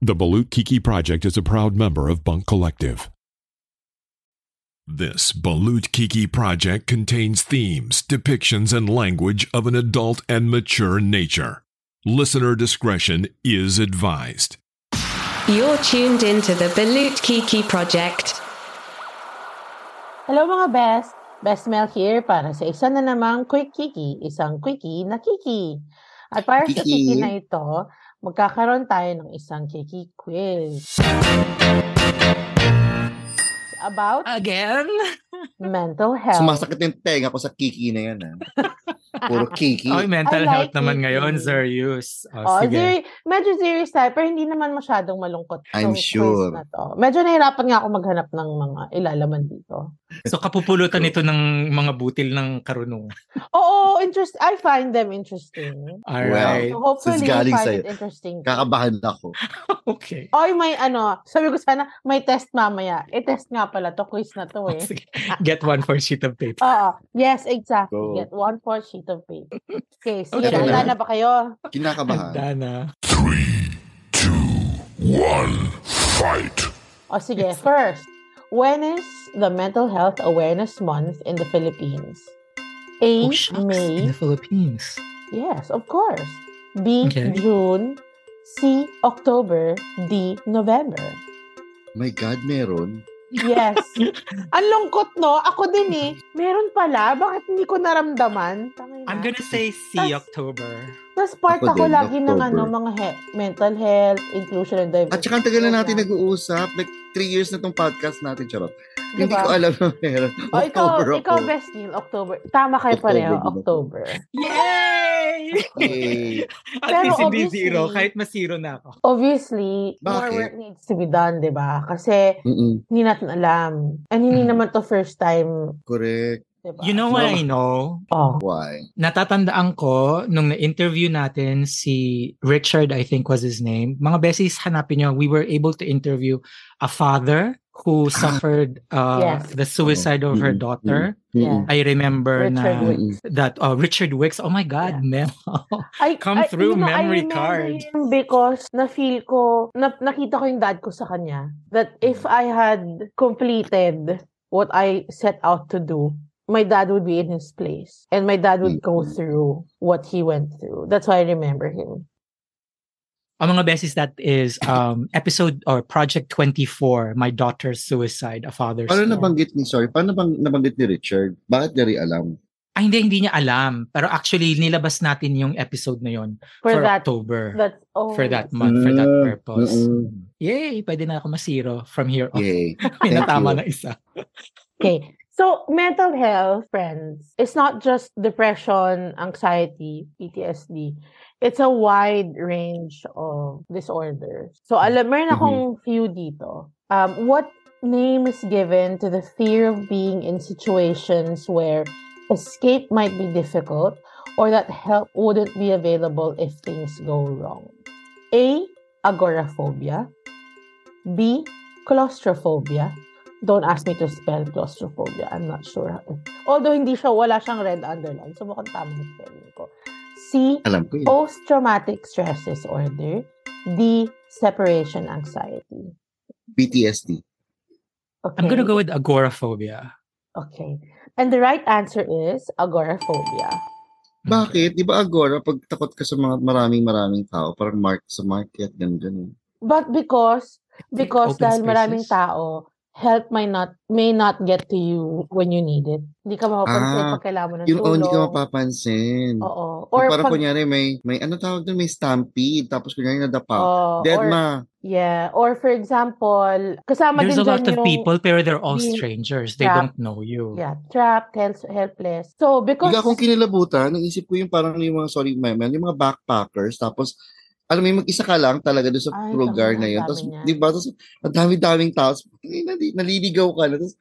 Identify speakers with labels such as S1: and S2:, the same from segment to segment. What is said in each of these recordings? S1: The Balut Kiki Project is a proud member of Bunk Collective. This Balut Kiki project contains themes, depictions, and language of an adult and mature nature. Listener discretion is advised.
S2: You're tuned into the Balut Kiki Project.
S3: Hello mga best! Best Mel here para sa isa na namang Quick Kiki, isang Quickie na Kiki. At para sa Kiki
S4: Kiki.
S3: na ito, magkakaroon tayo ng isang Kiki quiz. About
S5: Again?
S3: mental health.
S4: Sumasakit yung tenga ko sa kiki na yan. Ah. Puro kiki.
S5: Oy, mental
S3: I like
S5: health
S3: it.
S5: naman ngayon, serious.
S3: Oh,
S5: Oh, sige.
S3: seri- medyo serious tayo, pero hindi naman masyadong malungkot.
S4: I'm
S3: tong quiz
S4: sure.
S3: Na to. Medyo nahirapan nga ako maghanap ng mga ilalaman dito.
S5: So kapupulutan ito ng mga butil ng karunungan.
S3: Oo, interest, I find them interesting.
S5: Alright.
S3: So
S4: Since
S3: hopefully, you
S4: galing
S3: find
S4: sa'yo.
S3: it interesting.
S4: Kakabahan ako.
S5: okay.
S3: Oy, may ano, sabi ko sana, may test mamaya. I-test nga pala to, quiz na to eh.
S5: Sige. Get one for sheet of paper.
S3: Oo, yes, exactly.
S4: Go.
S3: Get one for sheet of paper. Okay, sige,
S5: Okay.
S3: handa na ba kayo? Uh,
S4: Kinakabahan.
S5: Handa na.
S3: O sige, first, when is the Mental Health Awareness Month in the Philippines? A,
S5: Oh, shucks, in
S3: May.
S5: the Philippines.
S3: Yes, of course. B,
S5: Okay.
S3: June. C, October. D, November.
S4: My God, meron.
S3: Yes. Ang lungkot, no? Ako din eh. Meron pala. Bakit hindi ko naramdaman? Tangina.
S5: I'm gonna say C,
S3: Tas-
S5: October.
S3: Tapos part
S4: Ako
S3: ako,
S4: din,
S3: lagi ng ano,
S4: October.
S3: mga he- mental health, inclusion and diversity.
S4: At saka ang tagal na natin
S3: program.
S4: nag-uusap. Like, three years na tong podcast natin, charot.
S3: Diba?
S4: Hindi ko alam na meron.
S3: Oh, ikaw,
S4: October
S3: ikaw
S4: ako.
S3: best Neil, October. Tama kayo
S4: October
S3: pareho,
S4: din ako.
S3: October.
S5: Yay!
S4: Yay.
S5: At
S3: Pero
S5: least hindi
S3: obviously-
S5: zero. Kahit masiro na ako.
S3: Obviously, more
S4: Bakit?
S3: work needs to be done, di ba? Kasi
S4: Mm-mm,
S3: hindi natin alam. And hindi
S4: Hmm.
S5: Mm.
S3: naman to first time,
S4: correct.
S3: di ba?
S5: You know what
S4: No.
S5: I know?
S3: Oh.
S4: Why?
S5: Natatandaan ko nung na-interview natin si Richard, I think was his name. Mga beses, hanapin nyo, we were able to interview a father who suffered uh,
S3: Ah. Yes.
S5: the suicide of her
S4: Mm-mm,
S5: daughter.
S4: Mm-mm.
S5: I remember
S3: Richard
S5: na
S3: Wicks.
S4: Mm-mm.
S5: that uh, Richard Wicks. Oh my God, Mel.
S3: I,
S5: Come
S3: I-
S5: through
S3: you know, I
S5: memory
S3: remember
S5: card.
S3: him because na-feel ko, na, nakita ko yung dad ko sa kanya. That
S5: Mm.
S3: if I had completed what I set out to do, my dad would be in his place. And my dad would go
S5: Mm-hmm.
S3: through what he went through. That's why I remember him.
S5: Ang mga beses that is um, episode or project 24, My Daughter's Suicide, A Father's
S4: Paano Ano
S5: Love.
S4: nabanggit ni, sorry, paano nabang, nabanggit ni Richard? Bakit niya rin alam?
S5: Ay, Ah, hindi, hindi niya alam. Pero actually, nilabas natin yung episode na yun
S3: For, that,
S5: October.
S3: that, oh,
S5: for that month, for that
S4: Ah,
S5: purpose.
S4: Mm-mm.
S5: Yay! Pwede na ako masiro from here on.
S4: Yay.
S5: May
S4: thank
S5: natama
S4: you.
S5: na isa.
S3: Okay. So, mental health, friends, it's not just depression, anxiety, PTSD. It's a wide range of disorders. So, alam, meron akong few dito. Um, what name is given to the fear of being in situations where escape might be difficult or that help wouldn't be available if things go wrong? A. Agoraphobia. B. Claustrophobia. Don't ask me to spell claustrophobia. I'm not sure. Although hindi siya, wala siyang red underline. So mukhang tama yung spelling ko. C.
S4: Alam ko yun.
S3: Oh. Post-traumatic stress disorder. D. Separation anxiety.
S4: PTSD.
S3: Okay.
S5: I'm gonna go with agoraphobia.
S3: Okay. And the right answer is agoraphobia.
S5: Mm.
S4: Bakit? Di ba agora, pag takot ka sa mga maraming maraming tao, parang mark sa market, ganun ganun.
S3: But because because
S5: Open
S3: dahil maraming
S5: spaces.
S3: tao, help may not may not get to you when you need it. Hindi ka mapapansin
S4: Ah,
S3: pag kailangan mo ng
S4: Yun,
S3: tulong.
S4: oh, hindi ka mapapansin.
S3: Oo. Or
S4: Or parang
S3: pag,
S4: kunyari may, may ano tawag doon, may stampede, tapos kunyari nadapa.
S3: oo,
S4: Dead
S3: or,
S4: ma.
S3: Yeah. Or for example, kasama
S5: There's
S3: din
S5: a lot
S3: dyan
S5: of
S3: yung,
S5: people pero they're all
S3: being
S5: strangers. They
S3: trapped.
S5: don't know you.
S3: Yeah, trapped, help, helpless. So, because...
S4: Bigla akong kinilabutan, naisip ko yung parang yung mga, sorry, Memel, yung mga backpackers, tapos alam mo, yung mag-isa ka lang talaga doon sa
S3: Ay,
S4: lugar
S3: tama,
S4: na yun.
S3: ang
S4: Tapos,
S3: dami niyan.
S4: di ba, tapos, ang dami-daming tao. Tapos, eh, nali- naliligaw ka na. Tapos,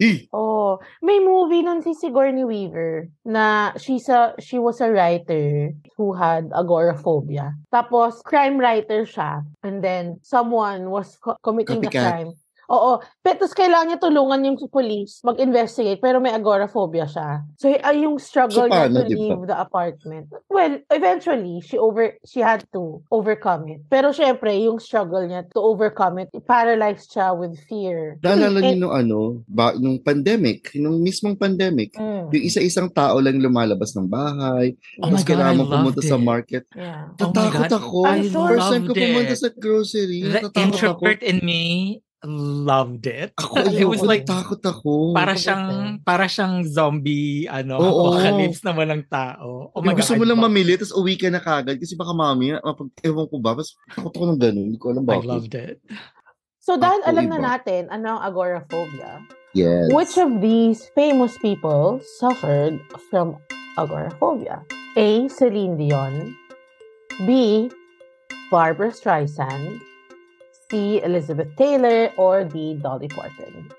S4: eh,
S3: Oh, may movie nun si Sigourney Weaver na she's a, she was a writer who had agoraphobia. Tapos, crime writer siya. And then, someone was co- committing the
S4: Copycat.
S3: crime. Oo. Pero tapos kailangan niya tulungan yung police mag-investigate pero may agoraphobia siya. So y- ay yung struggle
S4: So,
S3: niya to
S4: paano, di ba?
S3: leave the apartment. Well, eventually she over she had to overcome it. Pero syempre, yung struggle niya to overcome it, paralyzed siya with fear.
S4: Naalala
S3: Eh,
S4: niyo nung ano, ba, nung pandemic, nung mismong pandemic,
S3: mm,
S4: yung isa-isang tao lang lumalabas ng bahay,
S5: Oh
S4: tapos
S5: my God,
S4: kailangan
S5: I
S4: mo pumunta
S5: loved
S4: sa
S5: it.
S4: market.
S3: yeah.
S5: Oh my
S4: Tatakot
S5: God,
S4: ako.
S3: I
S4: First time ko
S5: loved
S4: pumunta
S5: it.
S4: sa grocery,
S5: The
S4: natatakot ako. Ah,
S5: introvert in me loved it.
S4: Ako,
S5: it
S4: ayoko,
S5: was like
S4: natakot ako.
S5: para
S3: Ako
S5: siyang
S3: din.
S5: para siyang zombie ano
S4: Oo.
S5: apocalypse na walang tao. Oh
S4: Yung
S5: my
S4: gusto
S5: God,
S4: mo
S5: I
S4: lang
S5: loved
S4: mamili, tapos uwi ka na kagad. Kasi baka mamaya, mapag, ewan ko ba, mas takot ako ng ganun. Hindi ko alam
S5: I
S4: bakit.
S5: loved it.
S3: So dahil
S4: Ako
S3: alam
S4: iba.
S3: na natin ano ang agoraphobia,
S4: Yes.
S3: Which of these famous people suffered from agoraphobia? A. Celine Dion. B. Barbara Streisand. C. Elizabeth Taylor. Or D. Dolly Parton.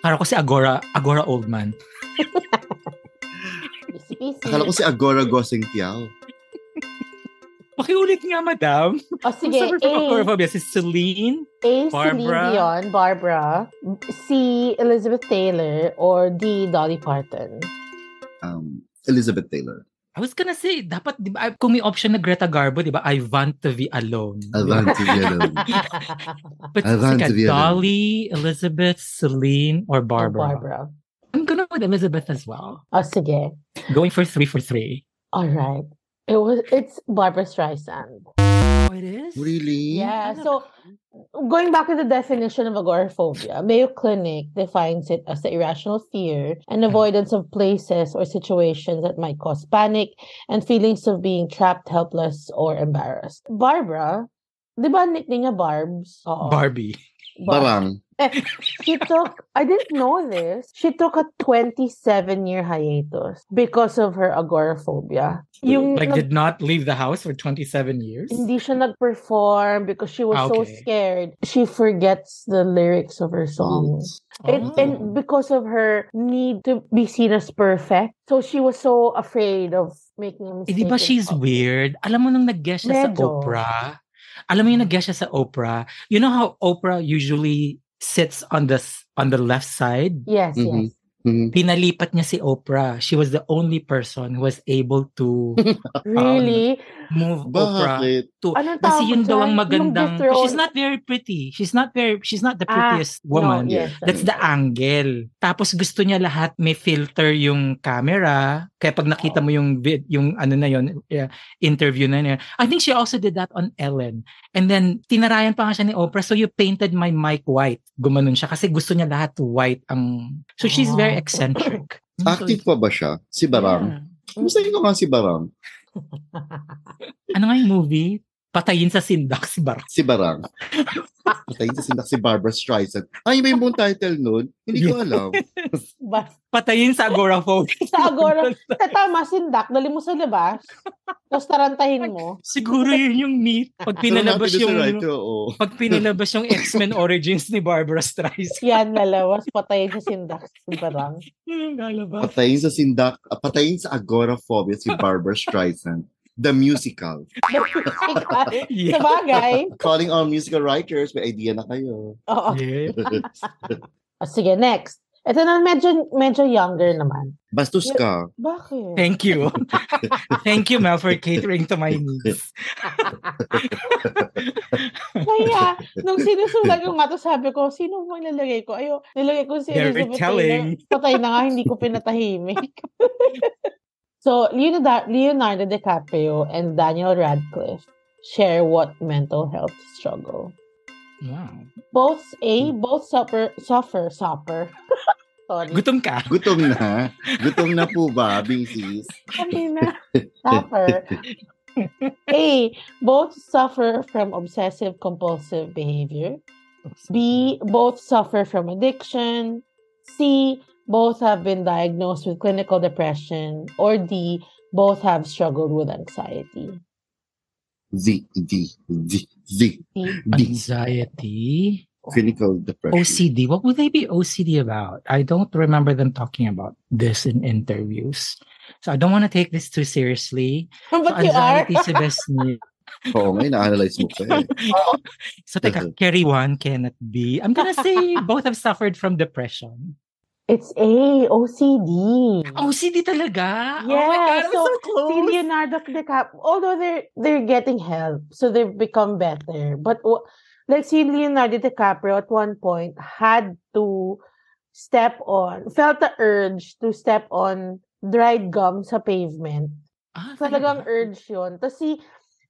S5: Akala ko si Agora, Agora Old Man.
S3: Easy peasy.
S4: Akala ko si Agora Gosing Tiao.
S5: Pakiulit nga, madam.
S3: O
S5: Ang
S3: Oh, sige, eh. A.
S5: suffer from agoraphobia si Celine.
S3: A. Celine
S5: Barbara.
S3: Dion, Barbara. C. Elizabeth Taylor. Or D. Dolly Parton.
S4: Um, Elizabeth Taylor.
S5: I was gonna say, dapat, di ba, kung may option na Greta Garbo, di ba, I want to be alone. Di ba?
S4: Avanti Yellow.
S3: Ah,
S5: But
S4: I
S5: it's
S4: want
S5: like
S4: to be
S5: a
S4: alone.
S5: Dolly, Elizabeth, Celine,
S3: Or
S5: or Barbara.
S3: Barbara.
S5: I'm gonna go with Elizabeth as well.
S3: O Oh, sige.
S5: Going for three for three.
S3: All right. It was, it's Barbara Streisand.
S5: Oh, it is?
S4: really?
S3: Yeah, so going back to the definition of agoraphobia, Mayo Clinic defines it as the irrational fear
S5: Mm-hmm.
S3: and avoidance of places or situations that might cause panic and feelings of being trapped, helpless, or embarrassed. Barbara, di ba nickname niya Barbs?
S5: Oh.
S3: Oo.
S5: Barbie.
S3: Barb.
S4: Barang.
S3: She took, I didn't know this, she took a 27-year hiatus because of her agoraphobia. Yung
S5: Like,
S3: nag-
S5: did not leave the house for 27 years.
S3: hindi siya nag-perform because she was
S5: Ah,
S3: so
S5: okay.
S3: scared. She forgets the lyrics of her songs.
S4: Yes.
S5: Oh.
S3: And, and because of her need to be seen as perfect, so she was so afraid of making a
S5: Eh,
S3: mistake.
S5: di ba
S3: in
S5: she's
S3: public.
S5: weird? Alam mo nung nag-guest siya sa
S3: Medyo.
S5: Oprah, alam mo yung nag-guest siya sa Oprah, you know how Oprah usually sits on the, s- on the left side?
S3: Yes, yes.
S4: Mhm.
S5: Mm-hmm.
S4: Mhm.
S5: Pinalipat niya si Oprah. She was the only person who was able to
S3: Really?
S5: move Oprah.
S4: Bakit?
S3: Anong
S5: Kasi
S3: tawag
S5: yun daw
S3: dyan?
S5: ang
S3: Yung
S5: magandang,
S3: dethrone.
S5: she's not very pretty. She's not very, she's not the
S3: Ah,
S5: prettiest
S3: No,
S5: woman.
S3: yes,
S5: That's the angle. Tapos gusto niya lahat may filter yung camera. Kaya pag nakita mo yung vid, yung ano na yun, yeah, interview na yun. I think she also did that on Ellen. And then tinarayan pa nga siya ni Oprah. So you painted my mic white. Gumanon siya kasi gusto niya lahat white ang... So she's very
S3: Wow.
S5: eccentric. Mm.
S4: Active
S5: So,
S4: pa ba siya? Si Barang?
S5: yeah.
S4: Kumusta ko nga si Barang?
S5: Ano nga yung movie? Patayin sa sindak si Bar.
S4: Si Barang. Patayin sa sindak si Barbara Streisand. Ah, Ay, may buong title nun? Hindi ko alam.
S3: But,
S5: Patayin sa agoraphobia.
S3: Sa agora- tatama, sindak, dali mo sa labas, tapos tarantahin mo.
S5: Siguro yun yung meat. Pag pinalabas
S4: Pero
S5: yung...
S4: natin Right, oo.
S5: pag pinilabas yung X-Men Origins ni Barbara Streisand.
S3: Yan, lalawas, patayin sa sindak, si barang.
S5: Yung lalabas.
S4: Patayin sa sindak, ah, patayin sa agoraphobia si Barbara Streisand. The musical.
S5: Yeah.
S3: Sabagay.
S4: Calling all musical writers, may idea na kayo.
S3: Oo.
S5: Yeah.
S3: O, sige, next. Ito na medyo, medyo younger naman.
S4: Bastos ka.
S3: Bakit?
S5: Thank you. Thank you, Mel, for catering to my needs.
S3: Kaya, nung sinusulat ko nga to, sabi ko, sino mo nilalagay ko? Ayo, nilagay ko si
S5: Very
S3: Elizabeth
S5: telling.
S3: Taylor. Patay na nga, hindi ko pinatahimik. so, Leonardo, Leonardo DiCaprio and Daniel Radcliffe share what mental health struggle.
S5: Wow.
S3: Both, A, both suffer, suffer, suffer. Sorry.
S5: Gutom ka?
S4: Gutom na. Gutom na po ba, Bingsis?
S3: Kami na. uh, Suffer. A. Both suffer from obsessive compulsive behavior. B. Both suffer from addiction. C. Both have been diagnosed with clinical depression. Or D. Both have struggled with anxiety.
S4: Z, D, D,
S3: D.
S4: Z, D.
S5: Ano? Anxiety?
S4: Clinical depression.
S5: OCD? What would they be OCD about? I don't remember them talking about this in interviews. So I don't want to take this too seriously.
S3: But
S5: so
S3: you are.
S5: anxiety si Best Nick.
S4: Oo, ngayon na-analyze mo pa eh.
S5: So, teka, carry one cannot be. I'm gonna say both have suffered from depression.
S3: It's A, OCD.
S5: OCD Oh, talaga? oh my
S3: Yeah,
S5: God, I'm so,
S3: so,
S5: close.
S3: Si Leonardo DiCaprio, although they're, they're getting help, so they've become better. But w- like si Leonardo DiCaprio at one point had to step on, felt the urge to step on dried gum sa pavement.
S5: Ah,
S3: Talagang urge yun. Tapos si,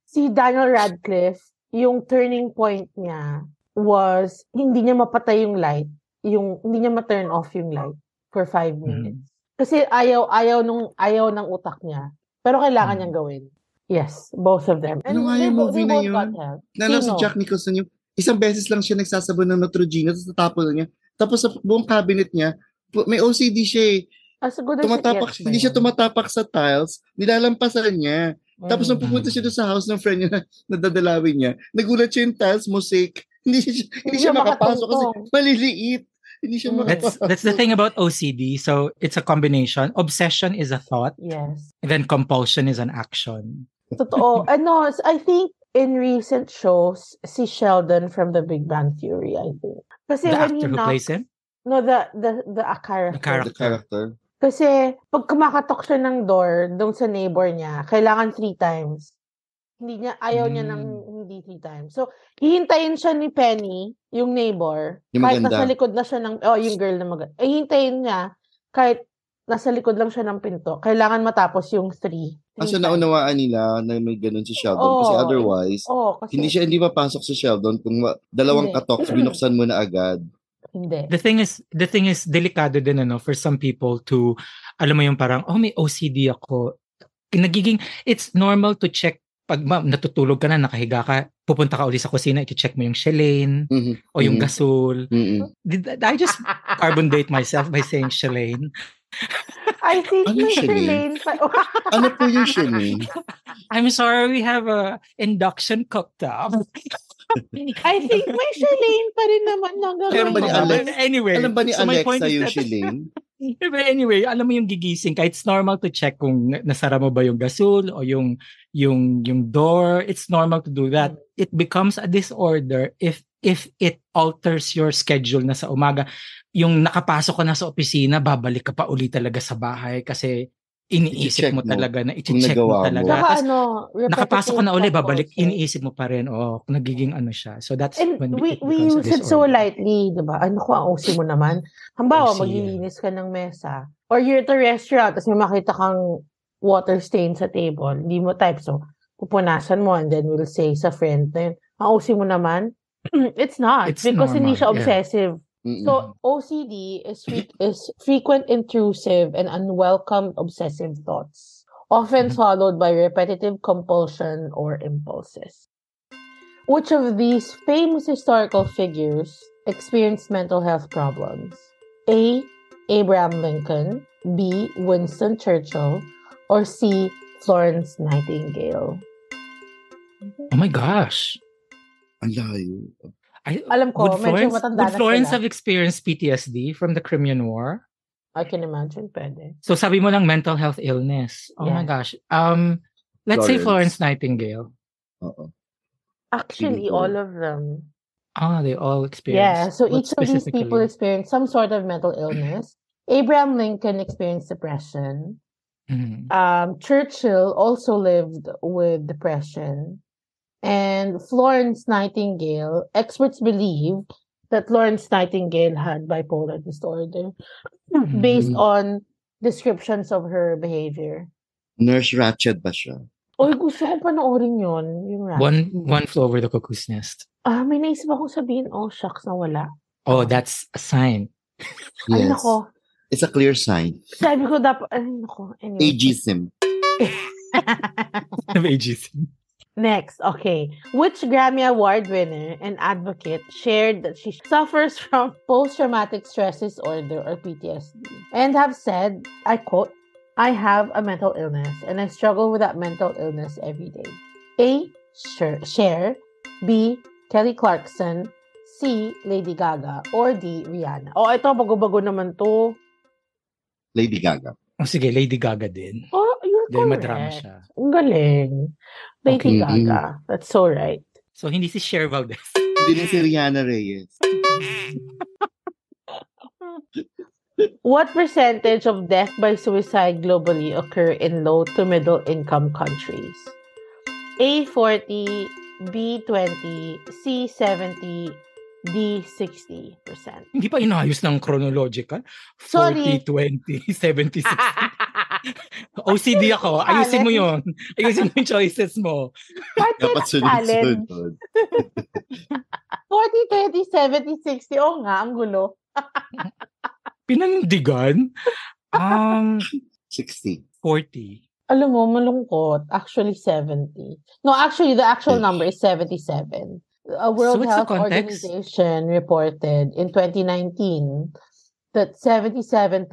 S3: si Daniel Radcliffe, yung turning point niya was hindi niya mapatay yung light. Yung, hindi niya ma-turn off yung light for five
S4: Mm-hmm.
S3: minutes. Kasi ayaw, ayaw, nung, ayaw ng utak niya. Pero kailangan
S5: Mm.
S3: niyang gawin. Yes, both of them.
S4: Mm-hmm. Ano nga
S3: they
S4: yung
S3: bo-
S4: movie
S3: they
S4: na
S3: both
S4: yun?
S3: got help.
S4: Nalaw si
S3: Sino?
S4: Jack Nicholson yung isang beses lang siya nagsasabon ng Neutrogena tapos natapon na niya. Tapos sa buong cabinet niya, pu- may OCD siya eh.
S3: As good as it
S4: Tumatapak,
S3: gets eh. ba
S4: hindi siya
S3: yun?
S4: tumatapak sa tiles, nilalampasan niya. Tapos nung
S3: Mm.
S4: pupunta siya doon sa house ng friend niya na nadadalawin niya, nagulat siya yung tiles, mosaic. Hindi siya, hindi siya makapasok kasi
S3: makatungtong.
S4: maliliit. Hindi siya
S3: Mm.
S5: That's
S4: makapasok.
S5: that's the thing about OCD. So it's a combination. Obsession is a thought,
S3: Yes.
S5: and then compulsion is an action.
S3: Totoo. ano, s- I think in recent shows, si Sheldon from The Big Bang Theory, I think. Kasi
S5: the
S3: when
S5: actor
S3: he
S5: who
S3: knocks,
S5: plays him.
S3: no, the, the, the Akara.
S5: The character.
S4: The character.
S3: Kasi pag kumakatok siya ng door doon sa neighbor niya, kailangan three times. Hindi niya, ayaw niya ng
S5: Hmm.
S3: hindi three times. So, hihintayin siya ni Penny, yung neighbor,
S4: Yung
S3: kahit
S4: maganda.
S3: nasa likod na siya ng, oh, yung girl na maganda. Eh, hihintayin niya, kahit nasa likod lang siya ng pinto, kailangan matapos yung three.
S4: Ah,
S3: Three
S4: so
S3: times.
S4: naunawaan nila na may ganun si Sheldon.
S3: Oo.
S4: kasi otherwise,
S3: Oo, kasi
S4: hindi siya hindi mapasok si Sheldon kung ma- dalawang
S3: Hindi.
S4: katok, binuksan mo na agad.
S3: hindi.
S5: The thing is, the thing is, delikado din ano for some people to, alam mo yung parang, oh may OCD ako. Eh, Nagiging, it's normal to check pag ma, natutulog ka na, nakahiga ka, pupunta ka uli sa kusina, iti-check mo yung Shalane
S4: Mhm.
S5: o yung
S4: Mhm.
S5: gasol.
S4: Mhm.
S5: Did, did I just carbon date myself by saying Shalane?
S3: I think
S4: Ano
S3: Mr.
S4: siya, Lane?
S3: Lane pa.
S4: Ano po yung Shilane?
S5: I'm sorry, we have a induction cooked up.
S3: I think may Shalane pa rin naman na gagawin.
S4: Meron ba ni
S3: niya.
S4: Alex?
S5: Anyway,
S4: Alam ba ni
S5: so my point
S4: Alexa
S5: is
S4: yung
S5: that-
S4: Shilane?
S5: But anyway, alam mo yung gigising ka, it's normal to check kung na- nasara mo ba yung gasol o yung yung yung door. It's normal to do that. It becomes a disorder if if it alters your schedule na sa umaga. Yung nakapasok ka na sa opisina, babalik ka pa uli talaga sa bahay kasi iniisip
S4: I-check mo
S5: mo talaga na i-check
S4: nagawa mo.
S5: mo talaga.
S3: Saka
S5: Tapos
S3: ano, repetitive
S5: nakapasok ka na uli,
S3: thought
S5: babalik,
S3: process.
S5: iniisip mo pa rin. Oh, nagiging ano siya. So that's
S3: And
S5: when
S3: we,
S5: it
S3: we
S5: becomes a
S3: use it so
S5: disorder.
S3: lightly, di ba? Ano ko, ang OC mo naman. Halimbawa,
S5: OC,
S3: maglilinis ka ng mesa. Or you're at a restaurant, tapos may makita kang water stain sa table. Hindi mo type. So, pupunasan mo and then we'll say sa friend na yun, ang OC mo naman. It's not.
S5: It's
S3: because hindi
S5: normal,
S3: siya
S5: yeah.
S3: obsessive.
S4: Mm-mm.
S5: Mm-hmm.
S3: So OCD is fre- is frequent intrusive and unwelcome obsessive thoughts, often
S5: Mhm.
S3: followed by repetitive compulsion or impulses. Which of these famous historical figures experienced mental health problems? A. Abraham Lincoln, B. Winston Churchill, or C. Florence Nightingale.
S5: Oh my gosh.
S4: Ang layo.
S5: I,
S3: Alam ko,
S5: would
S3: medyo
S5: Florence,
S3: matanda
S5: would
S3: na
S5: Florence
S3: sila.
S5: have experienced PTSD from the Crimean War?
S3: I can imagine, pwede.
S5: So sabi mo lang mental health illness. Oh
S3: Yeah.
S5: my gosh. Um, let's say
S4: Florence.
S5: Florence Nightingale.
S4: Oo.
S3: Actually,
S4: Feeling ko.
S3: all of them.
S5: Ah, they all experienced.
S3: Yeah, so
S5: What
S3: each of these people
S5: specifically?
S3: experienced some sort of mental illness. Abraham Lincoln experienced depression.
S5: Mhm.
S3: Um, Churchill also lived with depression. And Florence Nightingale, experts believe that Florence Nightingale had bipolar disorder
S5: Mm-hmm.
S3: based
S4: Mhm.
S3: on descriptions of her behavior.
S4: Nurse Ratched ba siya?
S3: Oy, gusto ko panoorin yun. Yung rap.
S5: One one flew over the cuckoo's nest.
S3: Ah, may naisip akong sabihin, oh, shucks, nawala.
S5: Oh, that's a sign.
S3: Ay, nako.
S4: It's a clear sign.
S3: Sabi ko dapat, ay, nako. Anyway.
S4: Ageism.
S5: of ageism.
S3: Next, okay. Which Grammy Award winner and advocate shared that she suffers from post traumatic stress disorder or PTSD and have said, I quote, I have a mental illness and I struggle with that mental illness every day. A. Cher, Cher B. Kelly Clarkson, C. Lady Gaga, or D. Rihanna. Oh, ito, bago-bago naman to.
S4: Lady Gaga.
S5: Oh, sige, Lady Gaga din.
S3: Oh, you're
S5: Dahil
S3: Correct.
S5: madrama siya.
S3: Ang galing. Lady
S4: Okay.
S3: Gaga. That's so right.
S5: So, hindi si Cher Valdez.
S4: Hindi rin si Rihanna Reyes.
S3: What percentage of death by suicide globally occur in low to middle income countries? A 40, B 20, C 70, D 60 percent.
S5: Hindi pa inayos ng chronological.
S3: Sorry.
S5: 40, 20, 76. OCD ako. Ayusin mo yon. Ayusin mo yung choices mo.
S4: Dapat
S3: challenge.
S4: sunod-sunod.
S3: 40, 20, 70, 60. Oo nga, ang gulo.
S5: Pinanindigan? Um,
S4: 60.
S5: 40.
S3: Alam mo, malungkot. Actually, 70. No, actually, the actual
S4: Okay.
S3: number is 77. A World
S5: what's
S3: Health
S5: the context?
S3: Organization reported in 2019 that 77%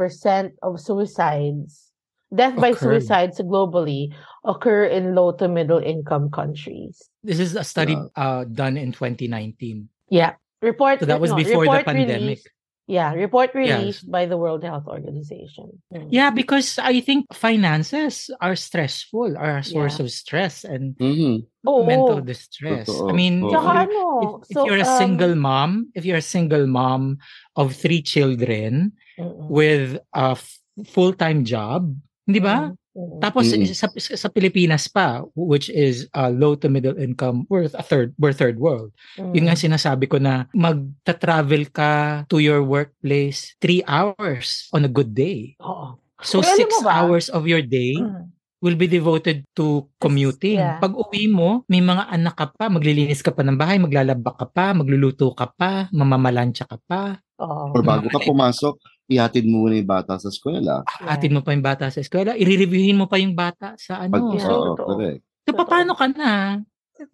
S3: of suicides, death by
S5: Occur.
S3: suicides globally, occur in low to middle income countries.
S5: This is a study
S4: Wow.
S5: uh, done in 2019.
S3: Yeah. Report
S5: So that was
S3: no,
S5: before the
S3: report
S5: pandemic.
S3: released- yeah, report
S5: Yes.
S3: released by the World Health Organization. Mm.
S5: Yeah, because I think finances are stressful, are a source of stress and
S4: Mhm.
S3: Oo.
S5: mental distress. I
S4: Totoo.
S5: mean,
S4: Oo.
S5: if
S3: Tsaka
S5: you-
S3: ano,
S5: if, if
S3: so,
S5: you're a
S3: um,
S5: single mom, if you're a single mom of three children
S3: mm-mm.
S5: with a f- full-time job, hindi ba?
S3: Mm-mm.
S5: Tapos
S4: Mm-mm.
S5: sa, sa Pilipinas pa, which is uh, low to middle income, we're a third, we're third world.
S4: Mm.
S5: Yun
S3: Mm.
S5: nga sinasabi ko na magta-travel ka to your workplace three hours on a good day.
S3: Oo.
S5: So
S3: Uy, alam
S5: six
S3: mo ba?
S5: hours of your day
S3: Mm.
S5: will be devoted to commuting.
S3: yeah.
S5: Pag uwi mo, may mga anak ka pa, maglilinis ka pa ng bahay, maglalaba ka pa, magluluto ka pa, mamamalansya ka pa,
S3: Oo.
S4: Or bago ka pumasok, ihatid mo muna yung bata sa eskwela.
S3: Yeah.
S5: atin mo pa yung bata sa eskwela, i-reviewin mo pa yung bata sa
S4: Pag,
S5: ano.
S3: Yeah.
S5: So,
S4: oo,
S3: totoo.
S4: correct.
S5: so paano ka na?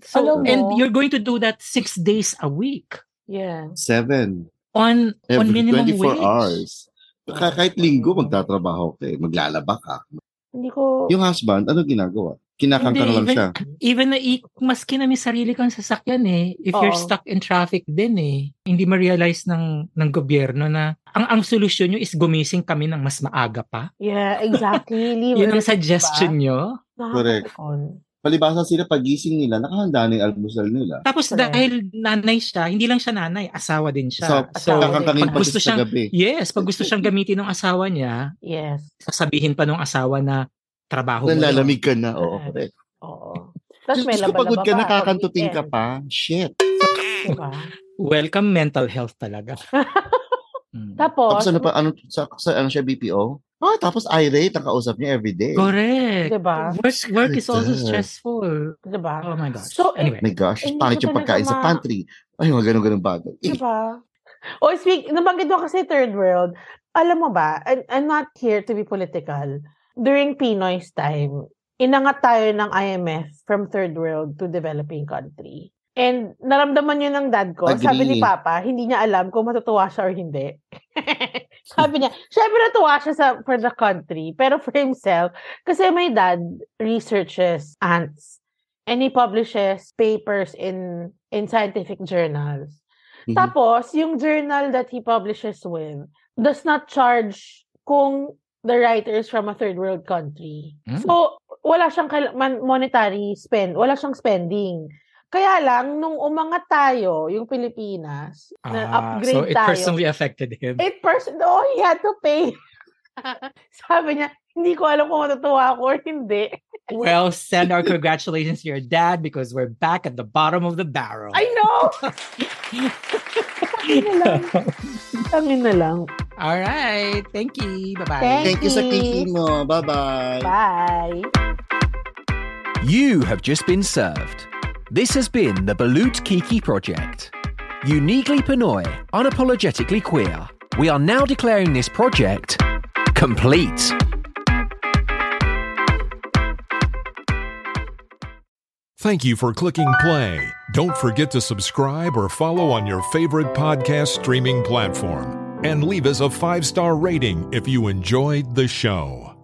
S5: So,
S3: Alam mo-
S5: and you're going to do that six days a week
S3: Yeah.
S4: Seven.
S5: on on
S4: Every
S5: minimum
S4: 24
S5: wage.
S4: hours. Ka- Kahit linggo, magtatrabaho ka eh. Maglalaba ka.
S3: Hindi ko...
S4: Yung husband, ano ginagawa? Kinakangkang
S5: Hindi,
S4: lang
S5: even-
S4: siya.
S5: Even na i- maski na may sarili kang sasakyan eh, if you're
S3: Oo.
S5: stuck in traffic din eh, hindi ma-realize ng, ng gobyerno na ang, ang solusyon nyo is gumising kami ng mas maaga pa.
S3: Yeah, exactly. Leave
S5: Yun ang
S3: early,
S5: suggestion nyo.
S3: diba?
S4: Correct.
S3: Nakakatakon.
S4: Palibasa sila pagising nila, nakahanda na yung almusal nila.
S5: Tapos
S3: Correct.
S5: dahil nanay siya, hindi lang siya nanay, asawa din siya.
S3: So,
S5: So,
S3: kakang-
S4: kakangkangin
S5: pag
S4: pa
S5: gusto
S4: siya sa
S5: siyang-
S4: gabi.
S5: yes, pag gusto siyang gamitin ng asawa niya,
S3: Yes.
S5: sasabihin pa ng asawa na trabaho mo. lang.
S4: Nalalamig ka na.
S3: Yes.
S4: Oo, correct.
S3: Oo. Tapos
S4: Diyos
S3: may
S4: ko,
S3: laba-laba
S4: pagod ka
S3: pa
S4: na,
S3: pag
S4: kakantuting ka
S3: weekend,
S4: pa. Shit.
S3: diba?
S5: Welcome mental health talaga. Mm.
S3: Tapos,
S4: Tapos ano pa, ano, sa, sa ano siya, BPO? Ah, tapos irate ang kausap niya everyday.
S5: Correct.
S3: Diba?
S5: Work, work is also
S4: Goodness.
S5: stressful.
S3: diba?
S5: Oh my gosh.
S3: So,
S5: anyway.
S4: My gosh,
S3: Eh, Hindi
S4: pangit
S3: ko
S4: yung
S3: talaga
S4: pagkain sa
S3: ma-
S4: pantry. Ay, mga ganun-ganun bagay. Eh,
S3: Diba? Oh, speak, nabanggit mo kasi third world. Alam mo ba, I, I'm not here to be political. During Pinoy's time, inangat tayo ng IMF from third world to developing country. And naramdaman yun ng dad ko. Sabi ni
S4: Agree.
S3: Papa, hindi niya alam kung matutuwa siya or hindi. Sabi niya, syempre natuwa siya sa, for the country, pero for himself, kasi my dad researches ants and he publishes papers in in scientific journals.
S5: Mm-hmm.
S4: Mhm.
S3: Tapos, yung journal that he publishes with does not charge kung the writer is from a third world country.
S5: Mm.
S3: So, wala siyang kaila- man- monetary spend, wala siyang spending. Kaya lang, nung umangat tayo, yung Pilipinas,
S5: Ah,
S3: na-upgrade
S5: so it
S3: tayo.
S5: personally affected him.
S3: Eight percent. Oh, he had to pay. Sabi niya, hindi ko alam kung matutuwa ako or hindi.
S5: well, send our congratulations to your dad because we're back at the bottom of the barrel.
S3: I know! Tangin na lang. Tangin na lang.
S5: All right. Thank you. Bye-bye.
S3: Thank
S4: Thank you sa
S3: you.
S4: kiki mo. Bye-bye.
S3: Bye.
S6: You have just been served. This has been the Balut Kiki Project. Uniquely Pinoy, unapologetically queer, we are now declaring this project complete.
S1: Thank you for clicking play. Don't forget to subscribe or follow on your favorite podcast streaming platform. And leave us a five star rating if you enjoyed the show.